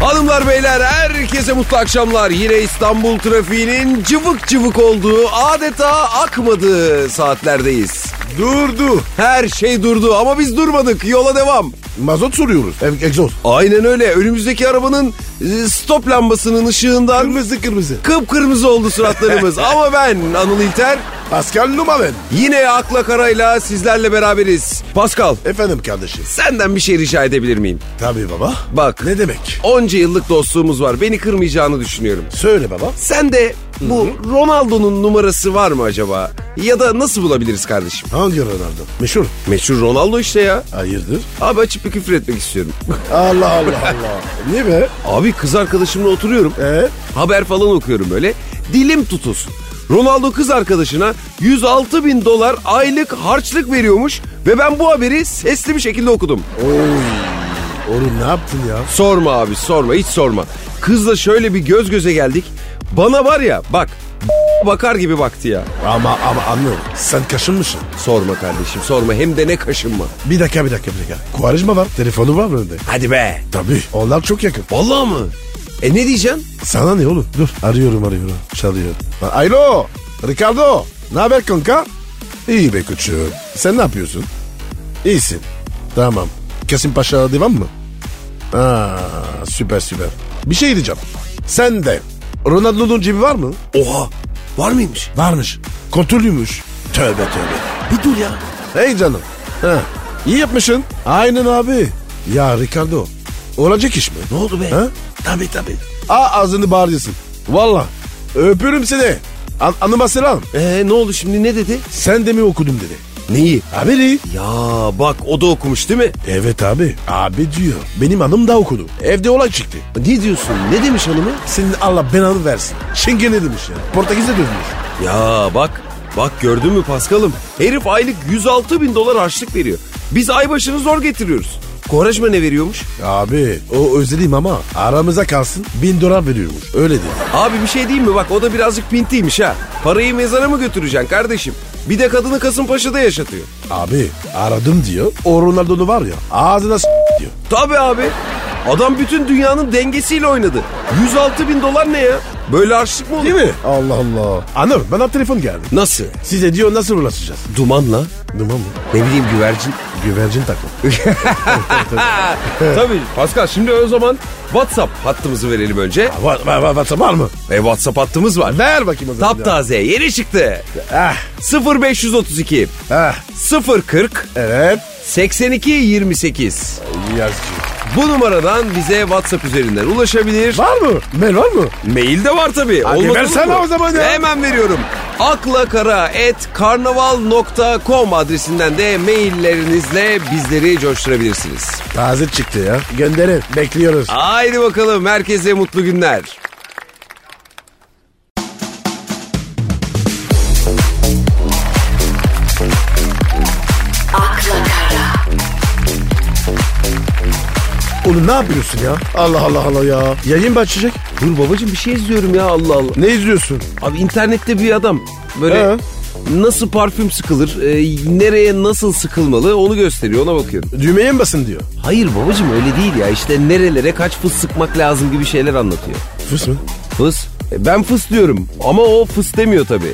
Hanımlar beyler herkese mutlu akşamlar. Yine İstanbul trafiğinin cıvık cıvık olduğu adeta akmadığı saatlerdeyiz. Durdu. Her şey durdu ama biz durmadık yola devam. Mazot soruyoruz. Hem egzoz. Aynen öyle önümüzdeki arabanın e, stop lambasının ışığından Kırmızı kırmızı. kıpkırmızı oldu suratlarımız. ama ben Anıl İlter Pascal Numa ben. yine akla karayla sizlerle beraberiz. Pascal Efendim kardeşim. senden bir şey rica edebilir miyim? Tabii baba. Bak. Ne demek? Onca yıllık dostluğumuz var beni kırmayacağını düşünüyorum. Söyle baba. Sen de bu Ronaldo'nun numarası var mı acaba? Ya da nasıl bulabiliriz kardeşim? Hangi Ronaldo? Meşhur. Meşhur Ronaldo işte ya. Hayırdır? Abi açıp bir küfür etmek istiyorum. Allah Allah Allah. Niye be? Abi kız arkadaşımla oturuyorum. Ee? Haber falan okuyorum böyle. Dilim tutulsun. Ronaldo kız arkadaşına 106 bin dolar aylık harçlık veriyormuş ve ben bu haberi sesli bir şekilde okudum. Oğlum ne yaptın ya? Sorma abi sorma hiç sorma. Kızla şöyle bir göz göze geldik. Bana var ya bak bakar gibi baktı ya. Ama ama anlıyorum. Sen kaşınmışsın. Sorma kardeşim sorma hem de ne kaşınma. Bir dakika bir dakika bir dakika. Kuvarışma var. Telefonu var mı önde? Hadi be. Tabii. Onlar çok yakın. Vallahi mı? E ne diyeceksin? Sana ne oğlum? Dur. Arıyorum arıyorum. Çalıyor. Alo. Ricardo. Ne haber kanka? İyi be küçüğüm. Sen ne yapıyorsun? İyisin. Tamam. Kasımpaşa devam mı? Aa, süper süper. Bir şey diyeceğim. Sen de Ronaldo'nun cebi var mı? Oha. Var mıymış? Varmış. Kontrolüymüş. Tövbe tövbe. Bir dur ya. Hey canım. Ha, iyi yapmışsın. Aynen abi. Ya Ricardo. Olacak iş mi? Ne oldu be? Ha? Tabii tabii. A ağzını bağırıyorsun. Valla. Öpüyorum seni. An anıma selam. Ee ne oldu şimdi ne dedi? Sen de mi okudum dedi. Neyi? Haberi. Ya bak o da okumuş değil mi? Evet abi. Abi diyor. Benim hanım da okudu. Evde olay çıktı. Ne diyorsun? Ne demiş hanımı? Senin Allah belanı versin. Şenge ne demiş ya? Portekiz'e dönmüş. Ya bak. Bak gördün mü Paskal'ım? Herif aylık 106 bin dolar harçlık veriyor. Biz ay başını zor getiriyoruz. Kovarajma ne veriyormuş? Abi o özelim ama aramıza kalsın bin dolar veriyormuş. Öyle dedi. Abi bir şey diyeyim mi? Bak o da birazcık pintiymiş ha. Parayı mezara mı götüreceksin kardeşim? Bir de kadını Kasımpaşa'da yaşatıyor. Abi aradım diyor. O Ronaldo'nu var ya ağzına s- diyor. Tabii abi. Adam bütün dünyanın dengesiyle oynadı. 106 bin dolar ne ya? Böyle harçlık mı olur? Değil mi? Allah Allah. Anır bana telefon geldi. Nasıl? Size diyor nasıl ulaşacağız? Dumanla. Duman mı? Ne bileyim güvercin. Güvercin takma. Tabii Pascal şimdi o zaman WhatsApp hattımızı verelim önce. Var, var, var, var, var mı? E WhatsApp hattımız var. Ver bakayım o zaman. Taptaze yeni çıktı. Ah, 0532 ah, 040 evet. 82 28. Yazıcı. Bu numaradan bize WhatsApp üzerinden ulaşabilir. Var mı? Mail var mı? Mail de var tabii. Hadi Olmaz olur versene mu? o zaman ya. Hemen veriyorum. aklakara.karnaval.com adresinden de maillerinizle bizleri coşturabilirsiniz. Taze çıktı ya. Gönderin. Bekliyoruz. Haydi bakalım herkese mutlu günler. Oğlum ne yapıyorsun ya? Allah Allah Allah ya. Yayın başlayacak. Dur babacığım bir şey izliyorum ya Allah Allah. Ne izliyorsun? Abi internette bir adam böyle Ee? nasıl parfüm sıkılır, e, nereye nasıl sıkılmalı onu gösteriyor ona bakıyorum. Düğmeye mi basın diyor. Hayır babacığım öyle değil ya işte nerelere kaç fıs sıkmak lazım gibi şeyler anlatıyor. Fıs mı? Fıs? E, Ben fıs diyorum ama o fıs demiyor tabii.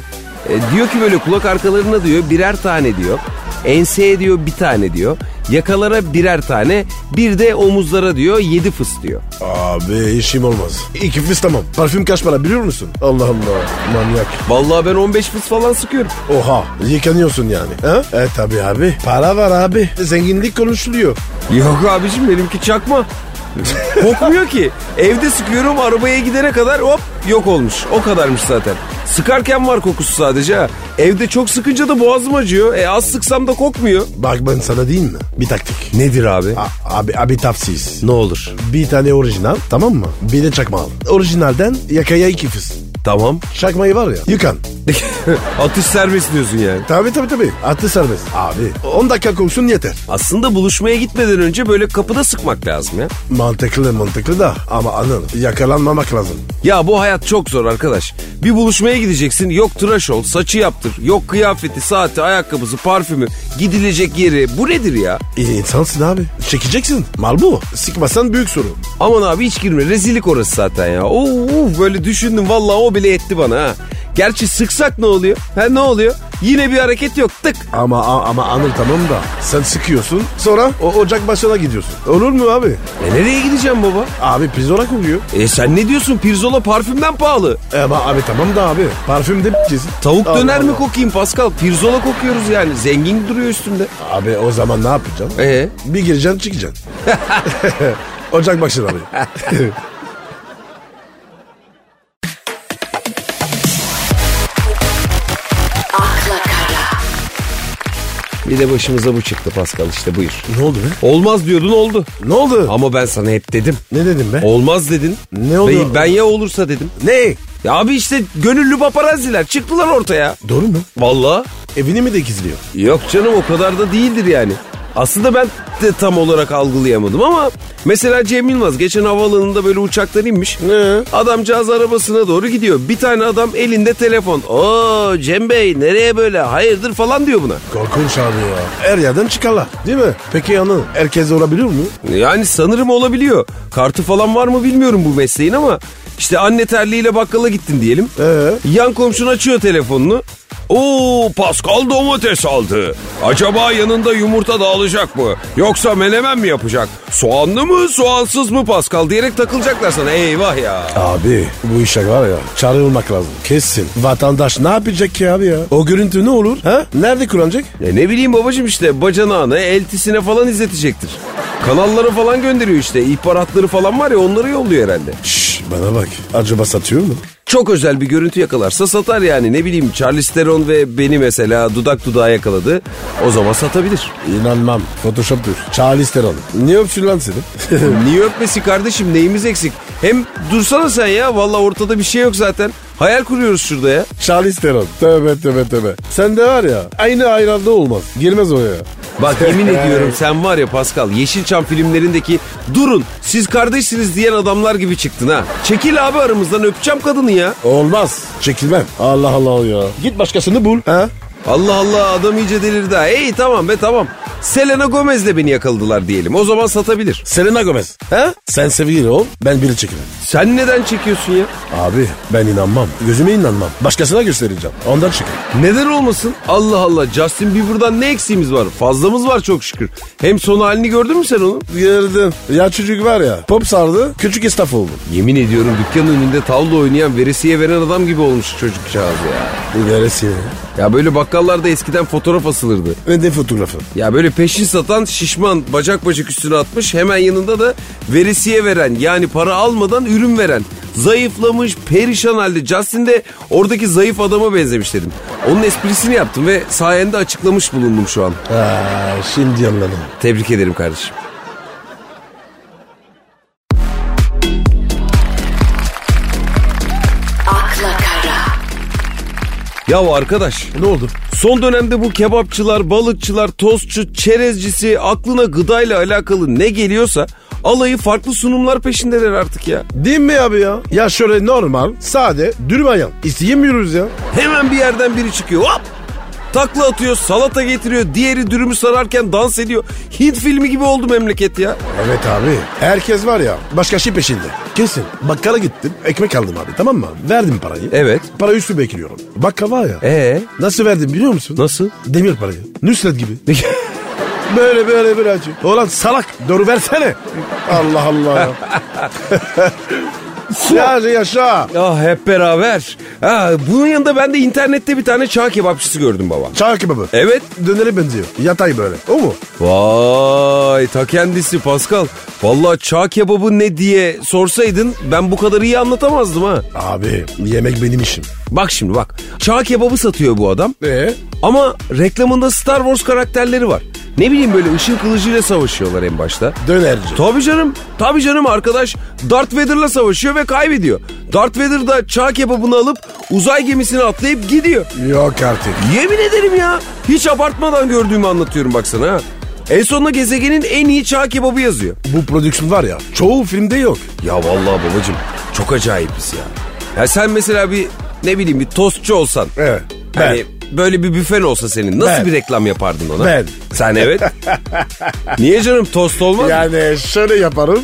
E, diyor ki böyle kulak arkalarına diyor birer tane diyor. Enseye diyor bir tane diyor. Yakalara birer tane bir de omuzlara diyor yedi fıs diyor. Abi işim olmaz. İki fıs tamam. Parfüm kaç para biliyor musun? Allah Allah. Manyak. Vallahi ben 15 fıs falan sıkıyorum. Oha. Yıkanıyorsun yani. Ha? E tabi abi. Para var abi. Zenginlik konuşuluyor. Yok abicim benimki çakma. Kokmuyor ki. Evde sıkıyorum arabaya gidene kadar hop yok olmuş. O kadarmış zaten. Sıkarken var kokusu sadece ha. Evde çok sıkınca da boğazım acıyor. E az sıksam da kokmuyor. Bak ben sana diyeyim mi? Bir taktik. Nedir abi? A- abi abi tavsiyesi. Ne olur. Bir tane orijinal tamam mı? Bir de çakma al. Orijinalden yakaya iki fıs. Tamam. Çakmayı var ya yıkan. Atış serbest diyorsun yani. Tabii tabii tabii. Atlı serbest. Abi 10 dakika koksun yeter. Aslında buluşmaya gitmeden önce böyle kapıda sıkmak lazım ya. Mantıklı mantıklı da ama anıl yakalanmamak lazım. Ya bu hayat çok zor arkadaş. Bir buluşmaya gideceksin yok tıraş ol, saçı yaptır, yok kıyafeti, saati, ayakkabısı, parfümü, gidilecek yeri. Bu nedir ya? İyi insansın abi. Çekeceksin. Mal bu. Sıkmasan büyük sorun. Aman abi hiç girme rezillik orası zaten ya. Oo, uf, böyle düşündüm vallahi o bile etti bana ha. Gerçi sıksak ne oluyor? Ha ne oluyor? Yine bir hareket yok tık. Ama a- ama anıl tamam da sen sıkıyorsun sonra o ocak başına gidiyorsun. Olur mu abi? E nereye gideceğim baba? Abi pizzola kokuyor. E sen ne diyorsun pirzola parfümden pahalı. E, Ama abi tamam da abi parfüm de b***ciz. Tavuk Allah döner mi Allah. kokayım Pascal? Pirzola kokuyoruz yani. Zengin duruyor üstünde. Abi o zaman ne yapacaksın? Ee? Bir gireceksin çıkacaksın. Ocak başına abi. akla kara, Bir de başımıza bu çıktı Pascal işte buyur. ne oldu be? Olmaz diyordun oldu. Ne oldu? Ama ben sana hep dedim. Ne dedim be? Olmaz dedin. Ne oluyor? Ben, ben ya olursa dedim. ne? Ya abi işte gönüllü paparazziler çıktılar ortaya. Doğru mu? Vallahi. Evini mi de gizliyor? Yok canım o kadar da değildir yani. Aslında ben de tam olarak algılayamadım ama mesela Cem Yılmaz geçen havaalanında böyle uçaktan inmiş. Ne? Adamcağız arabasına doğru gidiyor. Bir tane adam elinde telefon. Oo Cem Bey nereye böyle hayırdır falan diyor buna. Korkunç abi ya. Her yerden çıkarlar değil mi? Peki anıl herkes olabilir mi? Yani sanırım olabiliyor. Kartı falan var mı bilmiyorum bu mesleğin ama işte anne terliğiyle bakkala gittin diyelim. Ee? Yan komşun açıyor telefonunu. Oo Pascal domates aldı. Acaba yanında yumurta da alacak mı? Yoksa menemen mi yapacak? Soğanlı mı soğansız mı Pascal diyerek takılacaklar sana. Eyvah ya. Abi bu işe var ya çağrılmak lazım. Kesin. Vatandaş ne yapacak ki abi ya? O görüntü ne olur? Ha? Nerede kullanacak? E ne bileyim babacım işte bacanağına, eltisine falan izletecektir. Kanalları falan gönderiyor işte. İhbaratları falan var ya onları yolluyor herhalde. Şş, bana bak. Acaba satıyor mu? Çok özel bir görüntü yakalarsa satar yani. Ne bileyim Charlize Theron ve beni mesela dudak dudağa yakaladı. O zaman satabilir. İnanmam. Photoshop'tur. Charlize Theron. Niye öpsün lan seni? Niye öpmesi kardeşim neyimiz eksik? Hem dursana sen ya valla ortada bir şey yok zaten. Hayal kuruyoruz şurada ya. Charlize Theron. Tövbe tövbe tövbe. Sen de var ya aynı ayranda olmaz. Girmez oraya. Bak yemin ediyorum sen var ya Pascal Yeşilçam filmlerindeki durun siz kardeşsiniz diyen adamlar gibi çıktın ha. Çekil abi aramızdan öpeceğim kadını ya. Olmaz. Çekilmem. Allah Allah ya. Git başkasını bul. Ha? Allah Allah adam iyice delirdi ha. Ey tamam be tamam. Selena Gomez'le beni yakaladılar diyelim. O zaman satabilir. Selena Gomez. Ha? Sen sevgili ol. Ben biri çekilirim. Sen neden çekiyorsun ya? Abi ben inanmam. Gözüme inanmam. Başkasına göstereceğim. Ondan çıkın. Neden olmasın? Allah Allah Justin Bieber'dan ne eksiğimiz var? Fazlamız var çok şükür. Hem son halini gördün mü sen onun? Girdim. Ya çocuk var ya. Pop sardı. Küçük esnaf oldu. Yemin ediyorum dükkanın önünde tavla oynayan veresiye veren adam gibi olmuş çocukcağız ya. Bu neresi? Ya böyle bakkallarda eskiden fotoğraf asılırdı. Ve de fotoğrafı. Ya böyle peşin satan şişman bacak bacak üstüne atmış hemen yanında da veresiye veren yani para almadan ürün veren. Zayıflamış perişan halde Justin de oradaki zayıf adama benzemiş dedim. Onun esprisini yaptım ve sayende açıklamış bulundum şu an. Ha, şimdi anladım. Tebrik ederim kardeşim. akla kara, Ya arkadaş Ne oldu? Son dönemde bu kebapçılar, balıkçılar, tostçu, çerezcisi aklına gıdayla alakalı ne geliyorsa alayı farklı sunumlar peşindeler artık ya. Değil mi abi ya? Ya şöyle normal, sade, dürüm ayran. İsteyemiyoruz ya. Hemen bir yerden biri çıkıyor hop takla atıyor salata getiriyor diğeri dürümü sararken dans ediyor. Hint filmi gibi oldu memleket ya. Evet abi. Herkes var ya başka şey peşinde. Kesin. Bakkala gittim. Ekmek aldım abi tamam mı? Verdim parayı. Evet. Para üstü bekliyorum. Bakkal var ya. Ee? Nasıl verdim biliyor musun? Nasıl? Demir parayı. Nusret gibi. Böyle böyle böyle acı. Ulan salak doğru versene. Allah Allah. ya yaşa. Ah hep beraber. Ha, bunun yanında ben de internette bir tane çağ kebapçısı gördüm baba. Çağ kebabı. Evet Dönere benziyor. Yatay böyle. O mu? Vay ta kendisi Pascal. Vallahi çağ kebabı ne diye sorsaydın ben bu kadar iyi anlatamazdım ha. Abi yemek benim işim. Bak şimdi bak. Çağ kebabı satıyor bu adam. Ee? Ama reklamında Star Wars karakterleri var. Ne bileyim böyle ışın kılıcıyla savaşıyorlar en başta. Dönerci. Tabii canım. Tabii canım arkadaş Darth Vader'la savaşıyor ve kaybediyor. Darth Vader da çağ kebabını alıp uzay gemisine atlayıp gidiyor. Yok artık. Yemin ederim ya. Hiç abartmadan gördüğümü anlatıyorum baksana. ha. En sonunda gezegenin en iyi çağ kebabı yazıyor. Bu prodüksiyon var ya çoğu filmde yok. Ya vallahi babacım çok acayipiz ya. Ya sen mesela bir ne bileyim bir tostçu olsan. Evet. Ben. Hani böyle bir büfen olsa senin nasıl Ben. bir reklam yapardın ona? Ben. Sen evet. Niye canım tost olmaz? mı? Yani şöyle yaparım.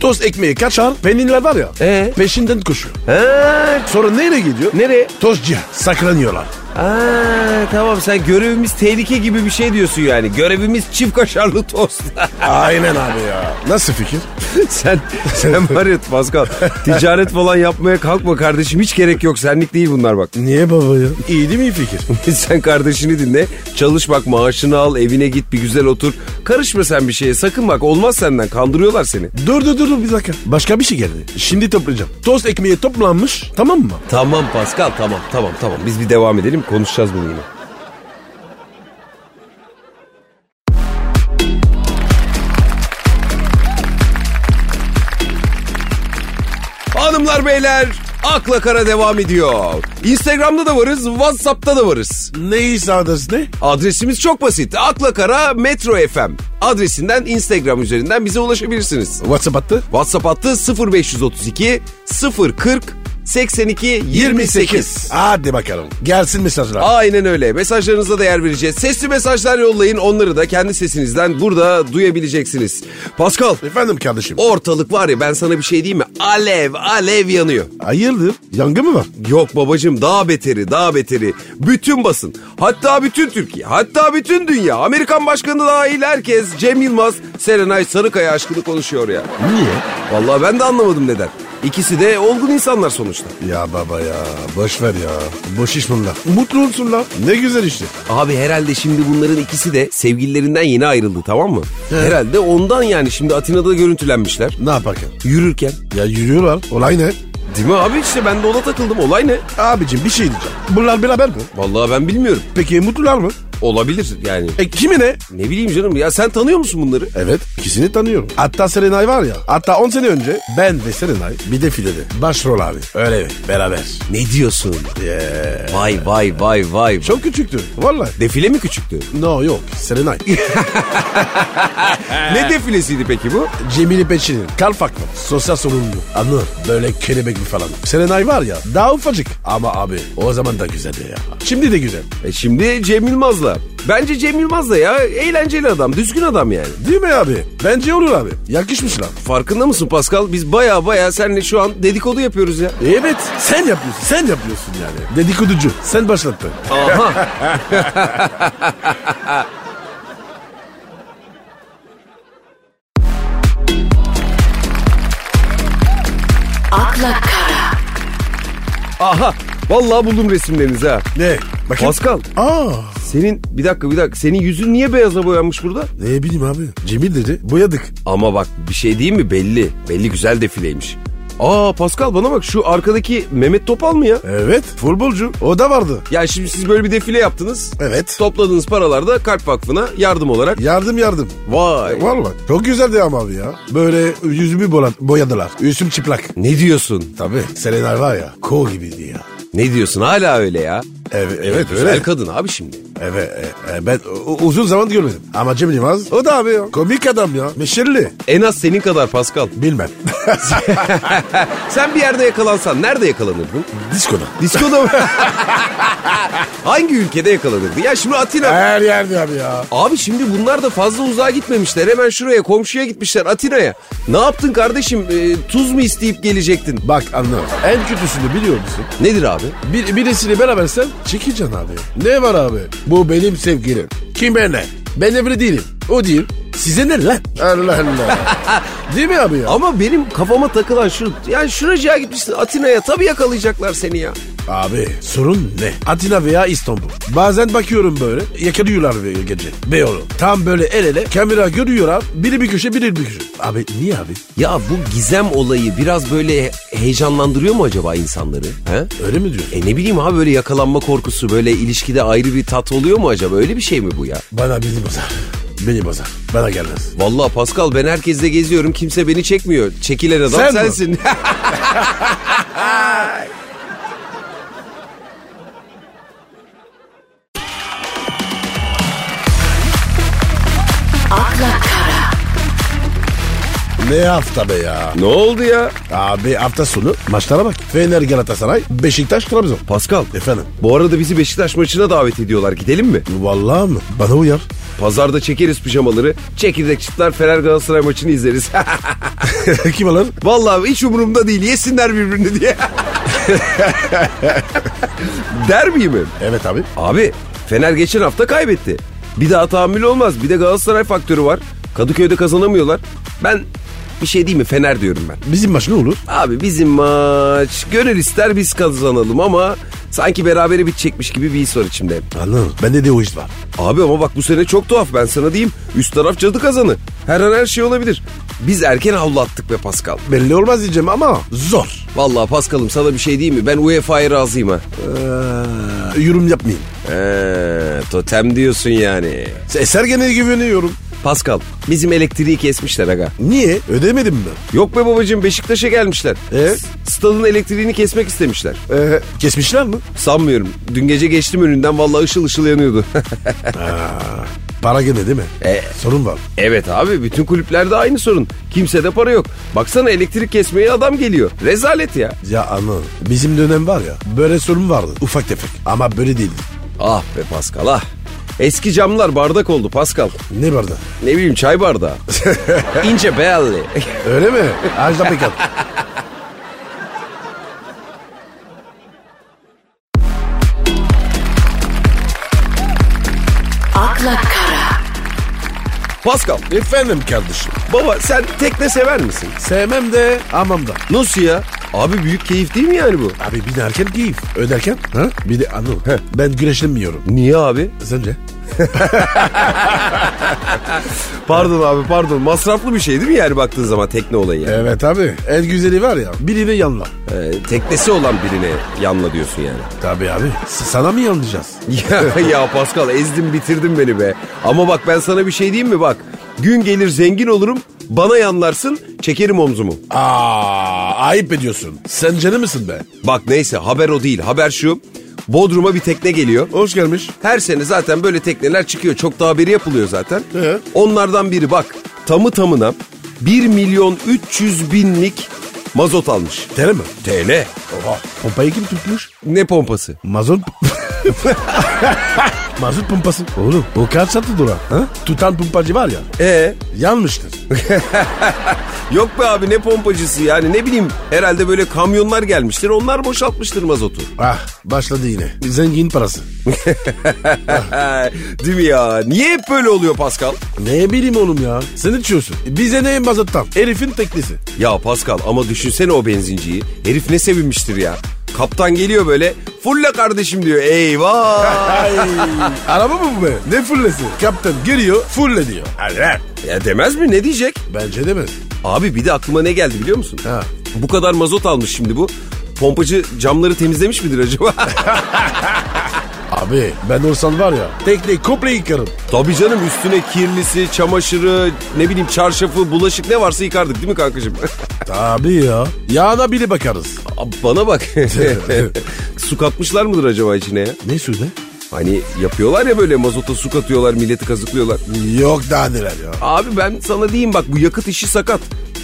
Tost ekmeği kaçar. Peynirler var ya. Ee? Peşinden koşuyor. Ha, Sonra nereye gidiyor? nereye? Tostçuya saklanıyorlar. Aa, tamam sen görevimiz tehlike gibi bir şey diyorsun yani. Görevimiz çift kaşarlı tost. Aynen abi ya. Nasıl fikir? sen sen var ya Pascal ticaret falan yapmaya kalkma kardeşim hiç gerek yok senlik değil bunlar bak. Niye baba ya? İyi değil mi iyi fikir? sen kardeşini dinle çalış bak maaşını al evine git bir güzel otur. Karışma sen bir şeye sakın bak olmaz senden kandırıyorlar seni. dur dur dur dur, bir dakika. Başka bir şey geldi. Şimdi toplayacağım. Tost ekmeği toplanmış tamam mı? Tamam Pascal tamam tamam tamam biz bir devam edelim konuşacağız bunu yine. Hanımlar beyler akla kara devam ediyor. Instagram'da da varız Whatsapp'ta da varız. Neyse adres ne? Adresimiz çok basit akla kara metro fm adresinden Instagram üzerinden bize ulaşabilirsiniz. WhatsApp attı. WhatsApp hattı 0532 040 82 28. Hadi bakalım. Gelsin mesajlar. Aynen öyle. Mesajlarınıza da yer vereceğiz. Sesli mesajlar yollayın. Onları da kendi sesinizden burada duyabileceksiniz. Pascal, Efendim kardeşim. ortalık var ya ben sana bir şey diyeyim mi? Alev, alev yanıyor. Hayırdır? Yangın mı var? Yok babacığım daha beteri, daha beteri. Bütün basın, hatta bütün Türkiye, hatta bütün dünya, Amerikan başkanı dahil herkes Cem Yılmaz, Serenay Sarıkaya aşkını konuşuyor ya. Niye? Vallahi ben de anlamadım neden. İkisi de olgun insanlar sonuçta. Ya baba ya boş ver ya. Boş iş bunlar. Mutlu olsunlar. Ne güzel işte. Abi herhalde şimdi bunların ikisi de sevgililerinden yeni ayrıldı tamam mı? Herhalde ondan yani şimdi Atina'da görüntülenmişler. Ne yaparken? Yürürken. Ya yürüyorlar. Olay ne? Değil mi abi işte ben de ona takıldım. Olay ne? Abicim bir şey diyeceğim. Bunlar beraber mi? Vallahi ben bilmiyorum. Peki mutlular mı? Olabilir yani. E kimi ne? Ne bileyim canım ya sen tanıyor musun bunları? Evet ikisini tanıyorum. Hatta Serenay var ya. Hatta 10 sene önce ben ve Serenay bir defilede. Başrol abi. Öyle mi? Beraber. Ne diyorsun? Vay vay vay vay. Çok... Çok küçüktü. Vallahi. Defile mi küçüktü? No yok. Serenay. ne defilesiydi peki bu? Cemile Peçin'in kalfak mı? Sosyal sorumlu. Anı böyle kelebek mi falan. Serenay var ya daha ufacık. Ama abi o zaman da güzeldi ya. Şimdi de güzel. E şimdi Cem Yılmaz'la. Bence Cem Yılmaz'la ya eğlenceli adam, düzgün adam yani. Değil mi abi? Bence olur abi. Yakışmışlar. Farkında mısın Pascal? Biz baya baya seninle şu an dedikodu yapıyoruz ya. Evet sen yapıyorsun. Sen yapıyorsun yani. Dedikoducu. Sen başlattın. Aha. akla kara, Aha. Vallahi buldum resimlerinizi ha. Ne? Bakayım. Pascal Aa. senin bir dakika bir dakika senin yüzün niye beyaza boyanmış burada? Ne bileyim abi. Cemil dedi. Boyadık. Ama bak bir şey değil mi belli. Belli güzel defileymiş. Aa Pascal bana bak şu arkadaki Mehmet Topal mı ya? Evet. Futbolcu. O da vardı. Ya şimdi siz böyle bir defile yaptınız. Evet. Topladığınız paralar da Kalp Vakfı'na yardım olarak. Yardım yardım. E, Vay. Vallahi çok güzeldi ama abi ya. Böyle yüzümü bola- boyadılar. Üstüm çıplak. Ne diyorsun? Tabii. Serenay var ya. Ko gibiydi ya. Ne diyorsun hala öyle ya? Evet, evet Güzel öyle. kadın abi şimdi. Evet, e, e, ben u- uzun zaman görmedim. Ama Cem Yılmaz o da abi ya. Komik adam ya. Meşirli. En az senin kadar Pascal. Bilmem. Sen bir yerde yakalansan nerede yakalanırdın? Diskoda. Diskoda mı? Hangi ülkede yakalanırdı? Ya şimdi Atina... Her yerde abi ya. Abi şimdi bunlar da fazla uzağa gitmemişler. Hemen şuraya komşuya gitmişler Atina'ya. Ne yaptın kardeşim? Ee, tuz mu isteyip gelecektin? Bak anlamadım. En kötüsünü biliyor musun? Nedir abi? Bir, birisiyle berabersen çekeceksin abi. Ne var abi? Bu benim sevgilim. Kim ben ne? Ben evli değilim. O değil. Size ne lan? Allah Allah. değil mi abi ya? Ama benim kafama takılan şu... Yani şuracığa gitmişsin Atina'ya. Tabii yakalayacaklar seni ya. Abi sorun ne? Atina veya İstanbul. Bazen bakıyorum böyle yakalıyorlar ve gece. Beyoğlu. Tam böyle el ele kamera görüyorlar. Biri bir köşe biri bir köşe. Abi niye abi? Ya bu gizem olayı biraz böyle heyecanlandırıyor mu acaba insanları? He? Öyle mi diyorsun? E ne bileyim abi böyle yakalanma korkusu böyle ilişkide ayrı bir tat oluyor mu acaba? Öyle bir şey mi bu ya? Bana bildim o zaman. Beni bozar. Bana gelmez. Vallahi Pascal ben herkesle geziyorum kimse beni çekmiyor. Çekilen adam Sen mi? sensin. akla kara, Ne hafta be ya. ne oldu ya? Abi hafta sonu maçlara bak. Fener Galatasaray, Beşiktaş, Trabzon. Pascal Efendim? bu arada bizi Beşiktaş maçına davet ediyorlar gidelim mi? Vallahi mı? Bana uyar. Pazarda çekeriz pijamaları. Çekirdek çıtlar Fener Galatasaray maçını izleriz. Kim alır? Vallahi hiç umurumda değil yesinler birbirini diye. Der miyim? Evet abi. Abi Fener geçen hafta kaybetti. Bir daha tahammül olmaz. Bir de Galatasaray faktörü var. Kadıköy'de kazanamıyorlar. Ben bir şey değil mi Fener diyorum ben. Bizim maç ne olur? Abi bizim maç gönül ister biz kazanalım ama sanki berabere bitecekmiş gibi bir his var içimde. Anladım. Bende de o iş var. Abi ama bak bu sene çok tuhaf ben sana diyeyim. Üst taraf cadı kazanı. Her an her şey olabilir. Biz erken avlattık be Pascal. Belli olmaz diyeceğim ama zor. Vallahi Pascal'ım sana bir şey diyeyim mi? Ben UEFA'ya razıyım ha. Ee, yorum yapmayayım. Ee, totem diyorsun yani. Se- Sergen'e güveniyorum. Pascal bizim elektriği kesmişler aga. Niye? Ödemedim mi? Yok be babacığım Beşiktaş'a gelmişler. Ee? S- Stadın elektriğini kesmek istemişler. Ee, kesmişler mi? Sanmıyorum. Dün gece geçtim önünden vallahi ışıl ışıl yanıyordu. Para gene değil mi? Ee? Sorun var. evet abi bütün kulüplerde aynı sorun. Kimsede para yok. Baksana elektrik kesmeye adam geliyor. Rezalet ya. Ya anladım. Bizim dönem var ya böyle sorun vardı. Ufak tefek. Ama böyle değildi. Ah be Pascal ah. Eski camlar bardak oldu Pascal. Ne vardı? Ne bileyim çay bardağı. İnce belli. Öyle mi? Ajda Pekan. akla kara, Pascal Efendim kardeşim. baba sen tekne sever misin? Sevmem de amam da. Nasıl ya? Abi büyük keyif değil mi yani bu? Abi binerken keyif. Öderken ha? bir de anıl. Heh. Ben güreşlemiyorum. Niye abi? Sence? Pardon abi pardon. Masraflı bir şey değil mi yani baktığın zaman tekne olayı? yani? Evet abi. En güzeli var ya birine yanla. Ee, teknesi olan birine yanla diyorsun yani. Tabii abi. S- Sana mı yanlayacağız? Ya, ya Pascal ezdin bitirdin beni be. Ama bak ben sana bir şey diyeyim mi bak. Gün gelir zengin olurum bana yanlarsın çekerim omzumu. Aa, ayıp ediyorsun. Sen canı mısın be? Bak neyse haber o değil haber şu. Bodrum'a bir tekne geliyor. Hoş gelmiş. Her sene zaten böyle tekneler çıkıyor. Çok da haberi yapılıyor zaten. Ee? Onlardan biri bak tamı tamına 1 milyon 300 binlik mazot almış. Tere mi? TL. Oha. Pompayı kim tutmuş? Ne pompası? Mazot... Mazot pompası. Oğlum o kaç satı dura? Ha? Tutan pompacı var ya. Ee, Yanmıştır. yok be abi ne pompacısı yani ne bileyim herhalde böyle kamyonlar gelmiştir onlar boşaltmıştır mazotu. ah başladı yine. Zengin parası. Değil mi ya? Niye hep böyle oluyor Pascal? Ne bileyim oğlum ya. Sen içiyorsun. Bize ne mazottan? Herifin teknesi. Ya Pascal ama düşünsene o benzinciyi. Herif ne sevinmiştir ya. Kaptan geliyor böyle fulla kardeşim diyor. Eyvah. Ay. Araba mı bu be? Ne fullesi? Kaptan giriyor fulle diyor. Alem. ya demez mi ne diyecek? Bence de mi? Abi bir de aklıma ne geldi biliyor musun? Ha. Bu kadar mazot almış şimdi bu. Pompacı camları temizlemiş midir acaba? Abi ben olsan var ya tekneyi komple yıkarım. Tabii canım üstüne kirlisi, çamaşırı, ne bileyim çarşafı, bulaşık ne varsa yıkardık değil mi kankacığım? Tabii ya. Yağına bile bakarız. Abi Bana bak. su katmışlar mıdır acaba içine ya? Ne suydu? Hani yapıyorlar ya böyle mazota su katıyorlar, milleti kazıklıyorlar. Yok daha neler ya. Abi ben sana diyeyim bak bu yakıt işi sakat.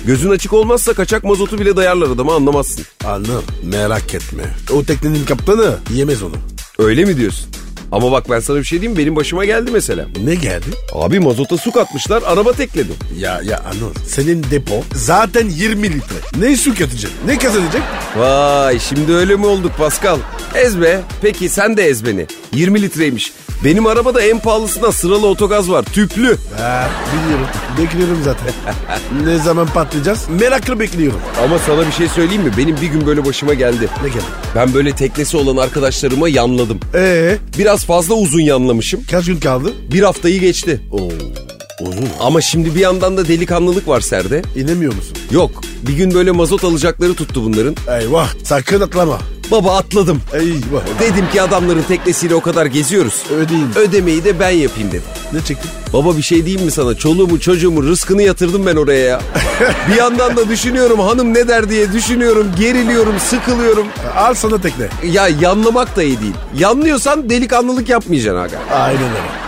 Gözün açık olmazsa kaçak mazotu bile dayarlar adama anlamazsın. Anladım. Merak etme. O teknenin kaptanı yemez onu. Öyle mi diyorsun? Ama bak ben sana bir şey diyeyim mi? benim başıma geldi mesela. Ne geldi? Abi mazota su katmışlar araba tekledi. Ya ya Anıl senin depo zaten 20 litre. Ne su katacak? Ne kazanacak? Vay şimdi öyle mi olduk Pascal? Ezbe. Peki sen de ez beni. 20 litreymiş. Benim arabada en pahalısına sıralı otogaz var. Tüplü. Ha, biliyorum. Bekliyorum zaten. ne zaman patlayacağız? Merakla bekliyorum. Ama sana bir şey söyleyeyim mi? Benim bir gün böyle başıma geldi. Ne geldi? Ben böyle teknesi olan arkadaşlarıma yanladım. Ee, Biraz fazla uzun yanlamışım. kaç gün kaldı? Bir haftayı geçti. Oo, uzun. Ama şimdi bir yandan da delikanlılık var Serde. İnemiyor musun? Yok. Bir gün böyle mazot alacakları tuttu bunların. Eyvah sakın atlama. Baba atladım. Eyvah. Dedim ki adamların teknesiyle o kadar geziyoruz. Ödeyeyim. Ödemeyi de ben yapayım dedim. Ne çektin? Baba bir şey diyeyim mi sana? Çoluğumu çocuğumu rızkını yatırdım ben oraya ya. bir yandan da düşünüyorum hanım ne der diye düşünüyorum. Geriliyorum, sıkılıyorum. Al sana tekne. Ya yanlamak da iyi değil. Yanlıyorsan delikanlılık yapmayacaksın aga. Aynen öyle.